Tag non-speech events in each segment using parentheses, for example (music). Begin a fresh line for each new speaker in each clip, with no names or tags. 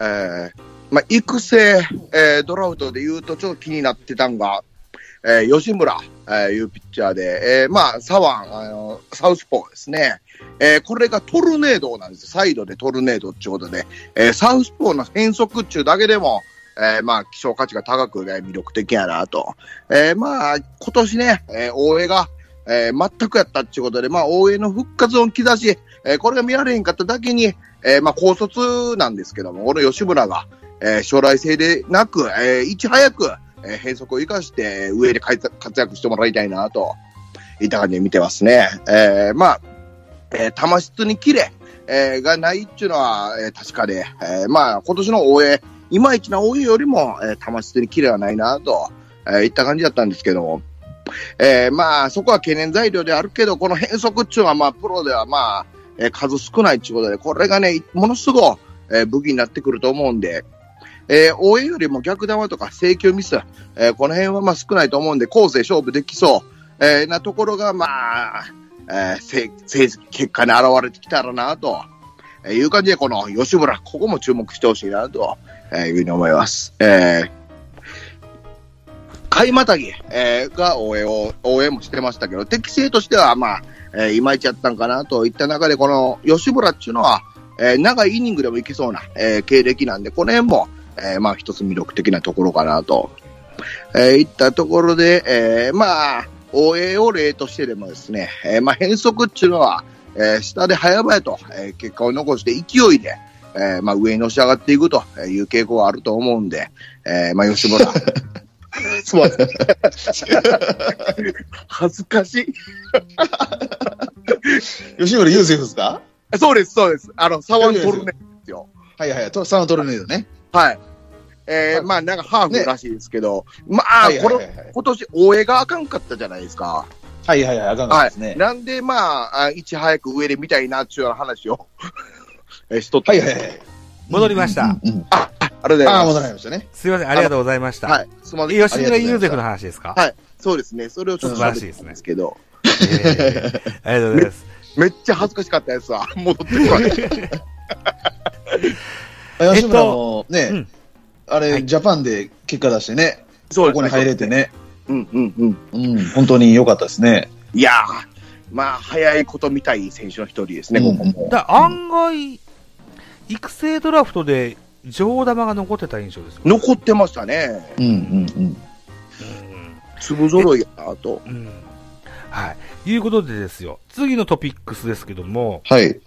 えーまあ、育成、えードラフトで言うと、ちょっと気になってたんが、えー吉村、えーいうピッチャーで、えーまあ、サワン、あの、サウスポーですね。えーこれがトルネードなんですよサイドでトルネードってことで、えーサウスポーの変速中だけでも、えーまあ、希少価値が高く、ね、魅力的やなと。えーまあ、今年ね、えー大江が、えー全くやったってことで、まあ、大江の復活を兆し、えーこれが見られへんかっただけに、えーまあ、高卒なんですけども、この吉村が、えー将来性でなく、えーいち早く、えー変則を生かして、上で活躍してもらいたいなと、いった感じで見てますね。えーまあ、えー、球質にキレ、えーがないっていうのは、えー確かで、えーまあ、今年の大江、いまいちな大江よりも、えー、球質にキレはないなと、えーいった感じだったんですけども、えーまあ、そこは懸念材料であるけど、この変則っていうのは、まあ、プロでは、まあ、えー数少ないっていうことで、これがね、ものすごい、えー武器になってくると思うんで、えー、応援よりも逆球とか制球ミス、えーこの辺はまあ少ないと思うんで、後世勝負できそう、えーなところが、まあ、えー、せ成績結果に現れてきたらなと、えーいう感じで、この吉村、ここも注目してほしいなと、えーいうふうに思います。えー買いまたぎ、えーが応援を、応援もしてましたけど、適性としては、まあ、えーいまいちやったんかなといった中で、この吉村っていうのは、えー長いイニングでもいけそうな、えー経歴なんで、この辺も、えーまあ、一つ魅力的なところかなと、えーいったところで、えーまあ、応援を例としてでもですね、えーまあ、変則っていうのは、えー下で早々と、えー結果を残して勢いで、えーまあ、上にのし上がっていくという傾向はあると思うんで、えーまあ、吉村。すまん。 (laughs)
(laughs)
恥ずかしい。
吉村雄介ですか
そうです、そうです。あの、サワントルネですよ。
はいはいはい。とサントルネードね。
はい。え
は
ー、
い
まあ、なんかハーフらしいですけど、まあ、
はいはい
こ
はい
の、今年、大江があかんかったじゃないですか。
はいはいはい。あかんかった
は
ですね
い。。なんで、まあ、あいち早く上で見たいな、っていうような話を、 (laughs) えーしとった。
はいはいはい。
戻りました。
うんうん
ありがとうござい
ああ、
ま
戻られましたね。
すいません、ありがとうございまし
す。
た。
はい。すみません。
吉村優ゼクの話ですか
はいそうですね。それをちょっと喋ってたんですけど、
ええありがとうございます。
めっちゃ恥ずかしかったやつは、 (laughs) 戻ってこない。
あ吉村もね、
うん
あれ、
はい
ジャパンで結果出してね、
そ
ここに入れてね、
うんうんうん。
うん、本当に良かったですね。
いやー、まあ、早いこと見たい選手の一人ですね、
う
こ
ん
こも。
だ案外、育成ドラフトで上玉が残ってた印象ですよ。
残ってましたね。
うんうん
粒揃いやなと。
うん。うん。はい。いうことでですよ。次のトピックスですけども、
はい。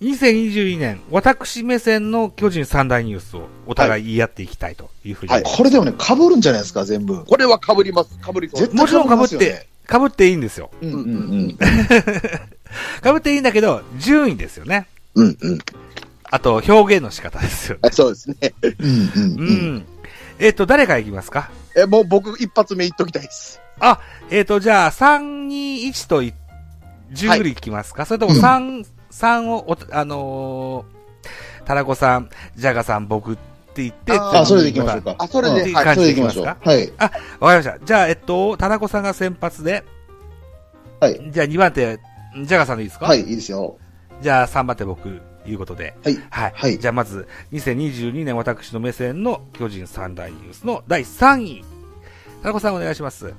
2022年、私目線の巨人三大ニュースをお互い言い合っていきたいというふうに。
はい
これでもね、被るんじゃないですか、全部。
これは被ります。被りそう
絶
で
もちろん
対被りま
被
すよ
っ
ね
て、被っていいんですよ。
うん
うん
うん
被っていいんだけど、順位ですよね。
うんうん。
あと、表現の仕方ですよね。
あ (laughs) そうですね。
うんうん
う
うん。
ん。えっ、と、誰からいきますか
え、もう僕一発目言っときたいです。
あ、えっ、と、じゃあ、3、2、1とい、順繰りいきますか、それとも3、三をお、あのー、タラコさん、ジャガさん、僕って言って、
あー
あ、それでいきましょうか。
あ、それ
う
で、
ん
はい。
それでいきましょう。
感
はい。
わかりました。じゃあ、えっと、タラコさんが先発で、
はい。
じゃあ2番手、ジャガさんでいいですか
はい、いいですよ。
じゃあ3番手僕、いうことで。
はい。
はい。
はい
じゃあまず、2022年私の目線の巨人三大ニュースの第3位。タラコさんお願いします。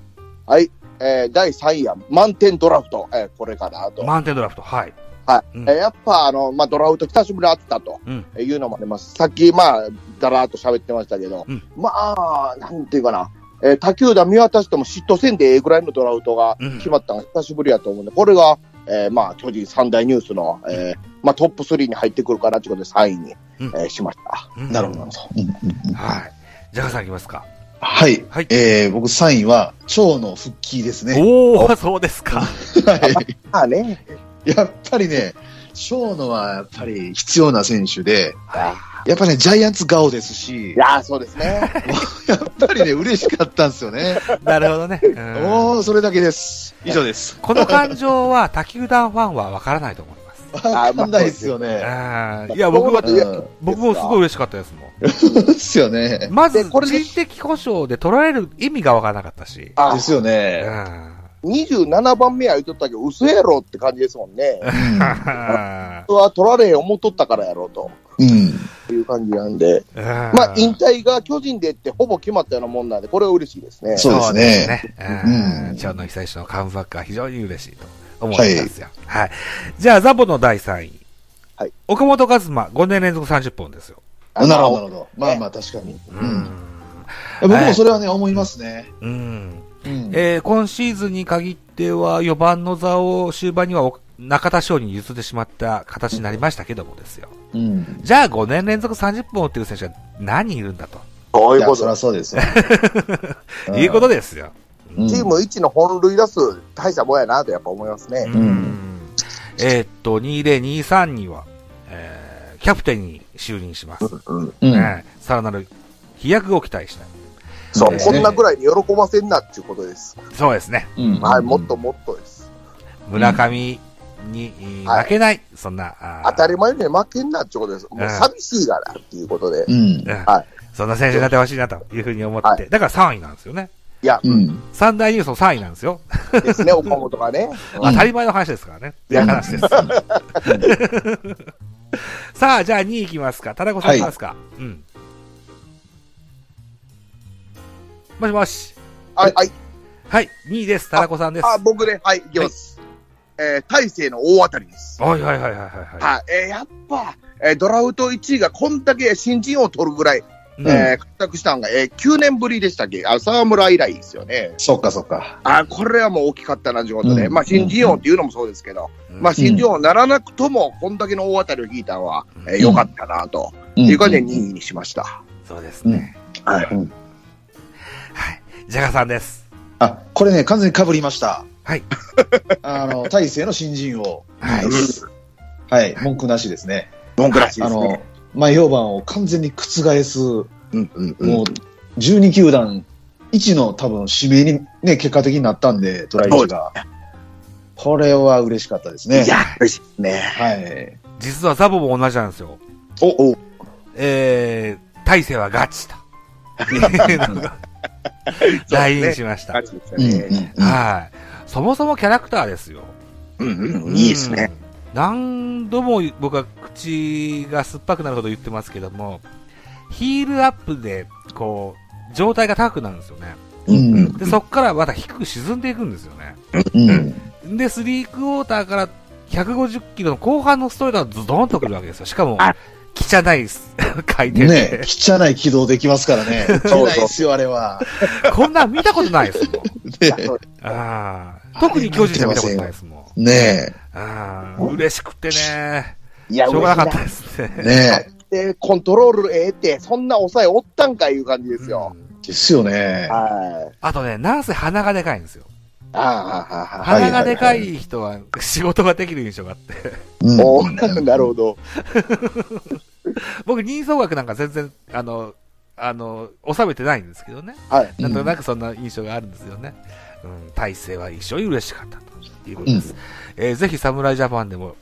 はい。えー第3位は満点ドラフト。えーこれかなと。
満点ドラフト。はい。
はい。
うん
えーやっぱ、あの、まあ、ドラフト久しぶりに会ってたと
うん。
いうのもあります。さっき、まあ、だらーっと喋ってましたけど、
うん
まあ、なんていうかな。えー他球団見渡しても嫉妬せんでええぐらいのドラフトが
うん
決まったのが久しぶりやと思うんで、これが、えーまあ、巨人三大ニュースの、えーまあ、トップ3に入ってくるかなということで3位に、
うん
えーしました。
うん
なるほど、なるほど。うんうんうん
はい。ジャガさんいきますか。
はい。
はい
えー僕3位は、蝶の復帰ですね。
おー、そうですか。
はい
まあね、
やっぱりね、蝶野はやっぱり必要な選手で、
は
やっぱね、ジャイアンツ顔ですし
い、やーそうです
(laughs)
ね。
やっぱりね、嬉しかったんですよね。
い。なるほどね。うん
もう、それだけです。以上です。
この感情は、他球団ファンはわからないと思います。
わかんないですよね。
あーいや、僕
ま
は
あ、そう
うん
僕もすごい嬉しかったですもん。
ですよね。
まず、
でこれで
人的故障で取られる意味がわからなかったし。
あ
ですよ
う
ね。
ん。
27番目は言っとったけど、嘘やろって感じですもんね。
うん
人は取られへん思っとったからやろうと。
うん。
という感じなんで、ま
ま
あ、引退が巨人でってほぼ決まったようなもんなんで、これは嬉しいですね。
そうですね。
ね。う。
うんん
長野久石のカムバックは非常に嬉しいと思いますよ。はい。じゃあ、ザボの第3位。
はい。
岡本和真、5年連続30本ですよ。
あ
なるほど、な
ま
るほど。まあまあ、確かに。うん。
ん
僕もそれはね、思いますね。
うん。
うん。
えー今シーズンに限っては、4番の座を終盤にはお中田翔に譲ってしまった形になりましたけどもですよ。
うん。
じゃあ5年連続30本打ってる選手が何人いるんだと、。
あそう
い
い
や、そりゃそうですよ
いうことですよ。
うん
チーム一の本塁打数、大したもんやなとやっぱ思いますね。
ん
えーっと、2023には、えーキャプテンに就任します。
うん
うん
えーさらなる飛躍を期待したい。
そう、
ね
こんなぐらいに喜ばせんなっていうことです。
そうですね。
うん
はい、もっと。もっとです。
村上に、えー
はい
負けない。そんな、あー
当たり前に負けんなってことです。も
う
うん寂しいからっていうことで
う。ん。
うん
はい
そんな選手になってほしいなというふうに思って、
は
だから3位なんですよね。
いや、
うん。
三大ニュースの3位なんですよ。
ですね、岡本がね。
うん
当たり前の話ですからね。っていう話です。さあ、じゃあ2位いきますか。田中さんいきますか。うん。もしもし。
あ、はい、
はい、2位です。田中さんです。
あ、僕ね、はい、いきます。えー、大勢の大当たりです。
はいはいはいはいはいは
はい、えーやっぱ、えードラフト1位がこんだけ新人を取るぐらい、
い。うん
えー獲得したのが、えー9年ぶりでしたっけあ、沢村以来ですよね。
そっかそっか。
あ、これはもう大きかったなということで、
うん
まあ新人王っていうのもそうですけど、
うん
まあ新人王ならなくとも、こんだけの大当たりを引いたのは、えー良かったなと、
うん
いう感じで2位にしました。
そうですね。
はい。
うん
はい。ジャガさんです。
あ、これね、完全に被りました。
はい。
あ
(laughs)
の、大勢の新人王。
はい。
はい。文句なしですね。
文句らしいで
あ
す
の
ね。、
前評判を完全に覆す、も
うんうん
う
うん。、
12球団、1の多分指名にね、結果的になったんで、トライチが。これは嬉しかったですね。
いや、嬉しいですね。
はい。
実はザボも同じなんですよ。
お、お、
えー、大勢は
(laughs)
ガチと。いうのが来院しました。
感じですよね。
はい。そもそもキャラクターですよ。
うんうん、いいですね。
うん。何度も僕は口が酸っぱくなるほど言ってますけども、ヒールアップで、こう、状態が高くなるんですよね。
うん。うん。
で、そこからまた低く沈んでいくんですよね。
うん。
で、スリークォーターから150キロの後半のストレートがズドンとくるわけですよ。しかも
あ、
汚いす (laughs) 回転で、
ね、汚い軌道できますからね。汚いですよ、あれは。
こんなん見たことないですもん。
ね
あー特に巨人では見たことないですもん。
ね
ああ、嬉しくってね、
い
し
や、
ょうがなかった
嬉し
ですね。
え、ね
いなでコントロールええって、そんな抑えおったんかいう感じですよ
う。ん
え。ですよね。
はい。
あとね、なんせ鼻がでかいんですよ。
ああ、ああ、ああ。
はいは
鼻
い
がでかい人は仕事ができる印象があって。
うん
おーなるほど。
僕、人相学なんか全然、あの、あの、収めてないんですけどね。
はい。
なんとなくそんな印象があるんですよね。うん、体勢は一生に嬉しかったということです。えーぜひ侍ジャパンでも、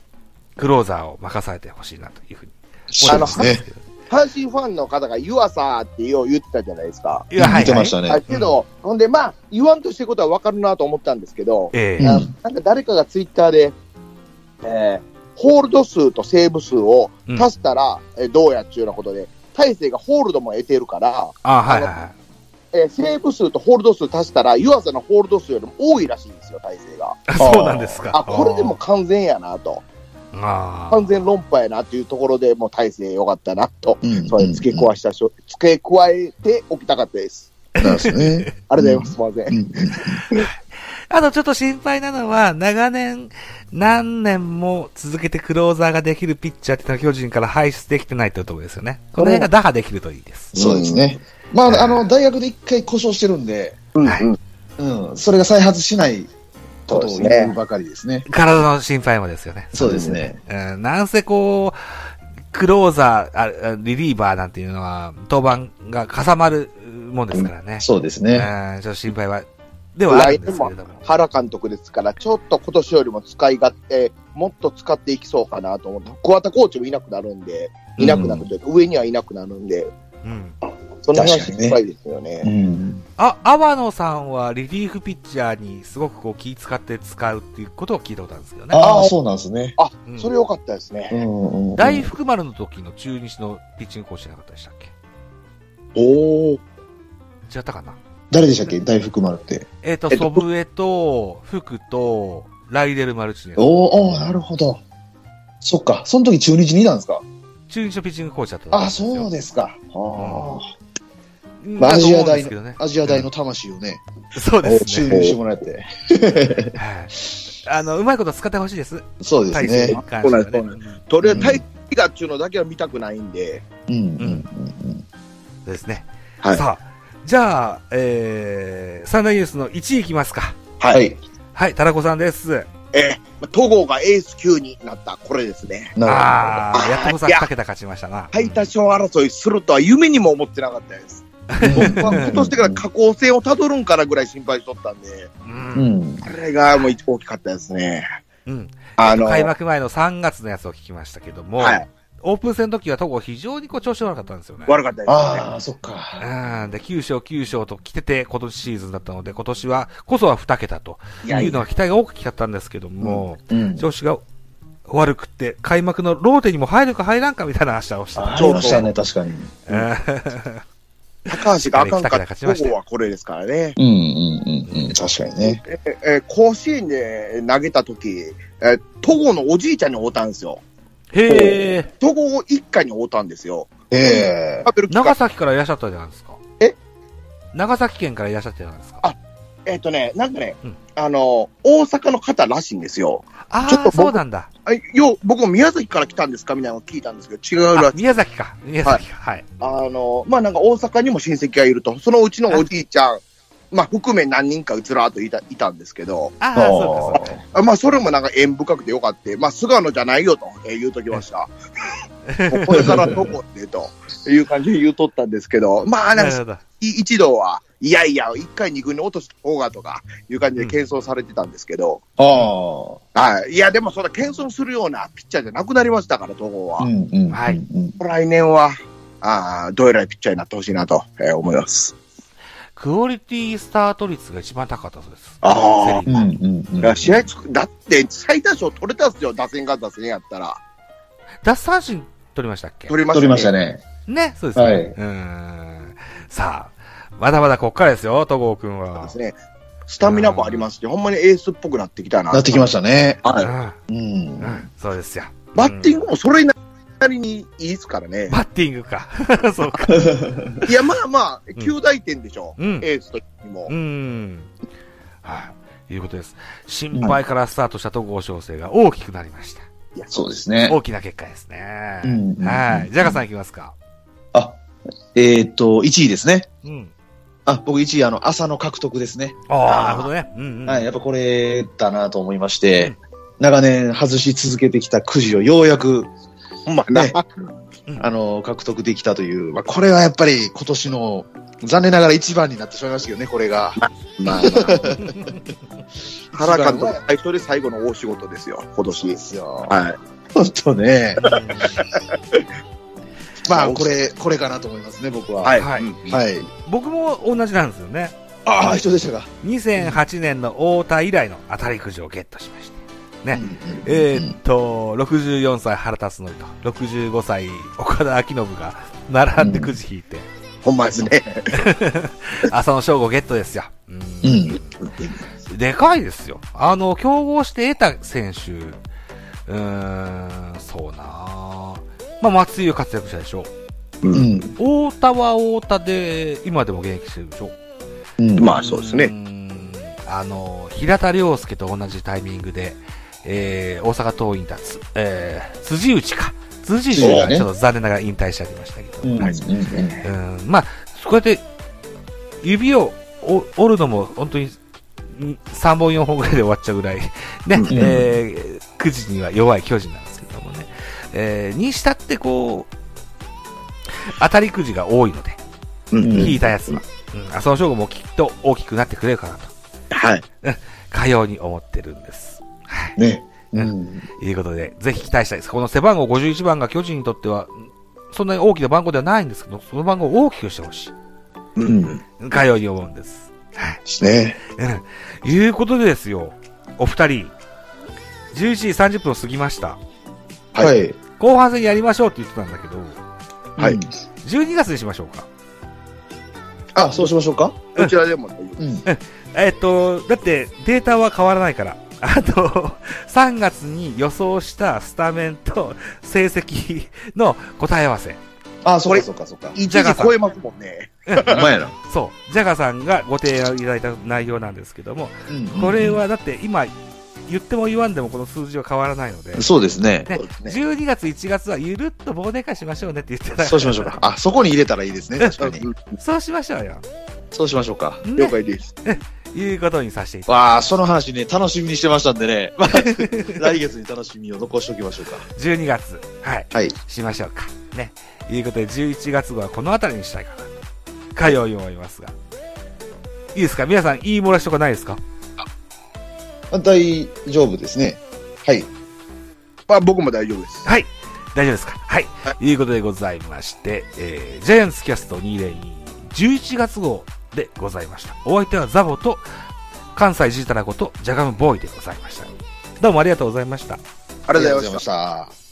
クローザーを任されてほしいなというふうに
そうですね。
阪神ファンの方が湯浅ってよう言ってたじゃないですか。
いや、はい、
見て
は
ま
い
し。たね。
あけど、ほんで、まあ、言わんとしてることはわかるなと思ったんですけど、
え
うん
え
あなんか誰かがツイッターで、えーホールド数とセーブ数を足したら、えーどうやっちゅうようなことで、大勢がホールドも得てるから、
あ、はいはいはい。
えーセーブ数とホールド数足したら、湯浅のホールド数よりも多いらしいんですよ、大勢が。
あそうなんですか。
あ、これでも完全やなと。
あー、
完全論破やなっていうところでもう大勢良かったなと、
うん
それ付け加えしたしょ、付け加えておきたかったです。
なんですね。
ありがとうございます。すいません。
あとちょっと心配なのは、長年、何年も続けてクローザーができるピッチャーっていうのは巨人から排出できてないというところですよね。この辺が打破できるといいです。
(laughs) そうですね。まあ、あの、大学で一回故障してるんで、
うん
はい
うん
うん、それが再発しないことを
そうです
言
ね
うばかりですね。
体の心配もですよね。
そうですね。
うん、なんせこう、クローザーあ、あリリーバーなんていうのは、登板がかさまるもんですからね。
そうです
う
ね。
ん、ちょっと心配は、ではあるんですけれども。
原監督ですから、ちょっと今年よりも使い勝手、もっと使っていきそうかなと思って、桑田コーチもいなくなるんで、いなくなるというか、上にはいなくなるんで、
うん。
その
確
話
かに
い
ね
っぱいですよね。
うん。
あ、阿波野さんはリリーフピッチャーにすごくこう気使って使うっていうことを聞いたことあるんですけどね。
ああ、そうなんですね。
あ、
うん
それ良かったです
う
ね。
んうんうん。
大福丸の時の中日のピッチングコーチじゃなかったでしたっけ
おお。
違ったかな
誰でしたっけ大福丸って。
えっ、と、
えっと
祖父江と、福と、ライデル・マルチネス。
おーおーなるほど。そっか。その時中日にいたんですか
中日のピッチングコーチだったと思ん
あ、
ですよ
そうですか。あ
うん
まあ
だと
アジ
思うん
ア大の
ですけどね
あ。アジア大の魂をね、
そうです
注
ね。
入してもらって。
はいあの、うまいこと使ってほしいです。
そうです
体制
ね
に。関しては
そうです
ね
ね。とりあえず、タイガーっていうのだけは見たくないんで、
うんうん
そうですね。
はい
さあ、じゃあ、えー、サンダーユースの1位いきますか。
は
はい。
い。
はい、タラコさんです。
えー、戸郷がエース級になった、これですね。
な
ああ、やっとこさん
いや
2桁勝ちましたな。
最多勝争いするとは夢にも思ってなかったです。
るほ
僕
ど。
は今年から下降線をたどるんからぐらい心配しとったんで、
う。
うんん。
あれがもう大きかったですね。
うん。
あの、
開幕前の3月のやつを聞きましたけども、
はい
オープン戦の時は戸郷非常にこう調子悪かったんですよね。
悪かったですね。
ああ、そっか。
うん。で、9勝9勝と来てて、今年シーズンだったので、今年は、こそは2桁と
い
い
やいうや
のが期待が大きかったんですけども、
うん。
調子が悪くって、開幕のローテにも入るか入らんかみたいな話をした。
ありましたね、確かに。
高橋があかんかった
二桁で勝ちました
戸郷はこれですからね。
うんうんうんうん。確かにね。
えー甲子園で投げた時、えー、戸郷のおじいちゃんに会うたんですよ。
へえ。
戸郷一家に会うたんですよ。
ええ
食べる機
長
会
崎からいらっしゃったじゃないですか。
え
長崎県からいらっしゃったじゃないですか。
あえっ、とね、なんかね、
うん
あの、大阪の方らしいんですよ。
あ
ちょっと
あ、
僕
そうなんだ。
あよう、僕も宮崎から来たんですかみたいなのを聞いたんですけど、違うら
あ
しい。
宮崎か。宮崎か。はい。
あの、まあ、なんか大阪にも親戚がいると、そのうちのおじいちゃん、まあ、含め何人かうつらーっといたいたんですけど、
ああ、
あ
そうか、そうか。
ー
あまあ、それもなんか縁深くてよかった。まあ、菅野じゃないよと、えー言うときま (laughs) した。これからどこってと、いう感じで言うとったんですけど、まあ、な
な
ん
る
か
ほど。
い一度は、いやいや、一回二軍に落とした方がとか、いう感じで謙遜されてたんですけど、
あ
はい。いや、でもそんな謙遜するようなピッチャーじゃなくなりましたから、東郷は。
あ。うんうん。
はい
うん
来年は、ああ、どうやらいピッチャーになってほしいなと、えー思います。
クオリティスタート率が一番高かったそうです。
ああ
セ
う
リ
ん
ーグ
うんうん。
いや、試合つく、だって最多勝取れたんですよ、打線が打線やったら。
奪三振取りましたっけ
取りました
取りました
ね。
ね。
ね、そうですね。
はいう
ーん。さあ、まだまだこっからですよ、戸郷くん
そう
は
で。すね。スタミナもありますし、ほんまにエースっぽくなってきたな。
なってきましたね。
は
う
い。
ん
うん
う。ん、そうですよ。
バッティン
グ
グもそれなりにいいですからね。
バッティングか。 (laughs) そうか。
いや、まあまあ、
ん
9大点でしょ。
うん。
エースとにも
う。ん。はい、いうことです。心配からスタートした戸郷翔征が大きくなりました。
そうですね。
大きな結果ですね。
うん
はい。ジャガさんいきますか。
あ、えーっと、1位ですね。
うん。
あ、僕1位、あの、朝の獲得ですね。
ああ、なるほどね。うん、うん。
はい、やっぱこれだなと思いまして、長年外し続けてきたくじをようやく、
ほんまな。
ね
うん
あの、獲得できたという、まあ、これはやっぱり今年の、残念ながら一番になってしまいましたけどね、これが。 (laughs)
まあまあ。原監督、最初で最後の大仕事ですよ、今年。
すよ。
はい。
本当ね。
うん
まあ、これ、これかなと思いますね、僕は。。
はいい。
はい
うん
はい。
僕も同じなんですよね。
ああ、一緒でしたか。
2008年の太田以来の当たりくじをゲットしました。えーっと、64歳原辰徳と、65歳岡田明信が並んでくじ引いて、
ほんまですね。
朝の正午ゲットですよ。う
うんん。
でかいですよ。あの、競合して得た選手、うーん、そうなぁまあ、松井が活躍したでしょ。
うん。
太田は太田で、今でも現役してるでしょ。
うん。
まあ、そうですね。
ね。あの、平田良介と同じタイミングで、えー、大阪桐蔭達、えー、辻内か。辻内
そう
が
だね
ちょっと残念ながら引退しちゃいましたけど。
うん。うん。
は
う
い
ん
うん、まあ、そうやって、指を折折るのも、本当に、ん3本4本ぐらいで終わっちゃうぐらい、ね、えー、9時には弱い巨人なんですけどもね、えー、にしたってこう、当たりくじが多いので、
うん
引いたやつは、うん、浅野翔吾もきっと大きくなってくれるかなと、
はい。
かように思ってるんです。はい。
ね。うん。
ということで、ぜひ期待したいです。この背番号51番が巨人にとっては、そんなに大きな番号ではないんですけど、その番号を大きくしてほし
う。
うんん。で
い。かように思うんです。はい。
すね。
うんいうことでですよ、お二人、11時30分を過ぎました。
はい
はい。
後半戦やりましょうって言ってたんだけど、
はい
うん。
12月にしましょうか。
あ、そうしましょうか。
どちらでも大丈夫。
うん。
えっと、だってデータは変わらないから。あと、3月に予想したスタメンと成績の答え合わせ。
あ、そ
こ
う
れ
かそうかそうか。
一時超えますもんね。
お前やな。
そう、ジャガさんがご提案いただいた内容なんですけども、
うん
これはだって今、言っても言わんでもこの数字は変わらないので、
そうですね。
そうですね。
12月、1月はゆるっと忘年会しましょうねって言ってた
そうしましょうか。
あ、そこに入れたらいいですね。
(laughs)
確かに。
(laughs) そうしましょうよ。
そうしましょうか。
了
ね、
解です。
いうことにさせていただ
わあ、その話ね、楽しみにしてましたんでね。
(laughs)
まあ来月に楽しみを残しておきましょうか。
12月、はい、
はい。
しましょうか。ね。いうことで、11月号はこの辺りにしたいかなと、かように思いますが。いいですか皆さん、言い漏らしとかないですか
大丈夫ですね。はい。
まあ僕も大丈夫です。
はい。大丈夫ですかはい。いうことでございまして、えー、ジャイアンツキャスト202、11月号でございました。お相手はザボと、関西ジータラこと、ジャガムボーイでございました。どうもありがとうございました。
ありがとうございました。
した。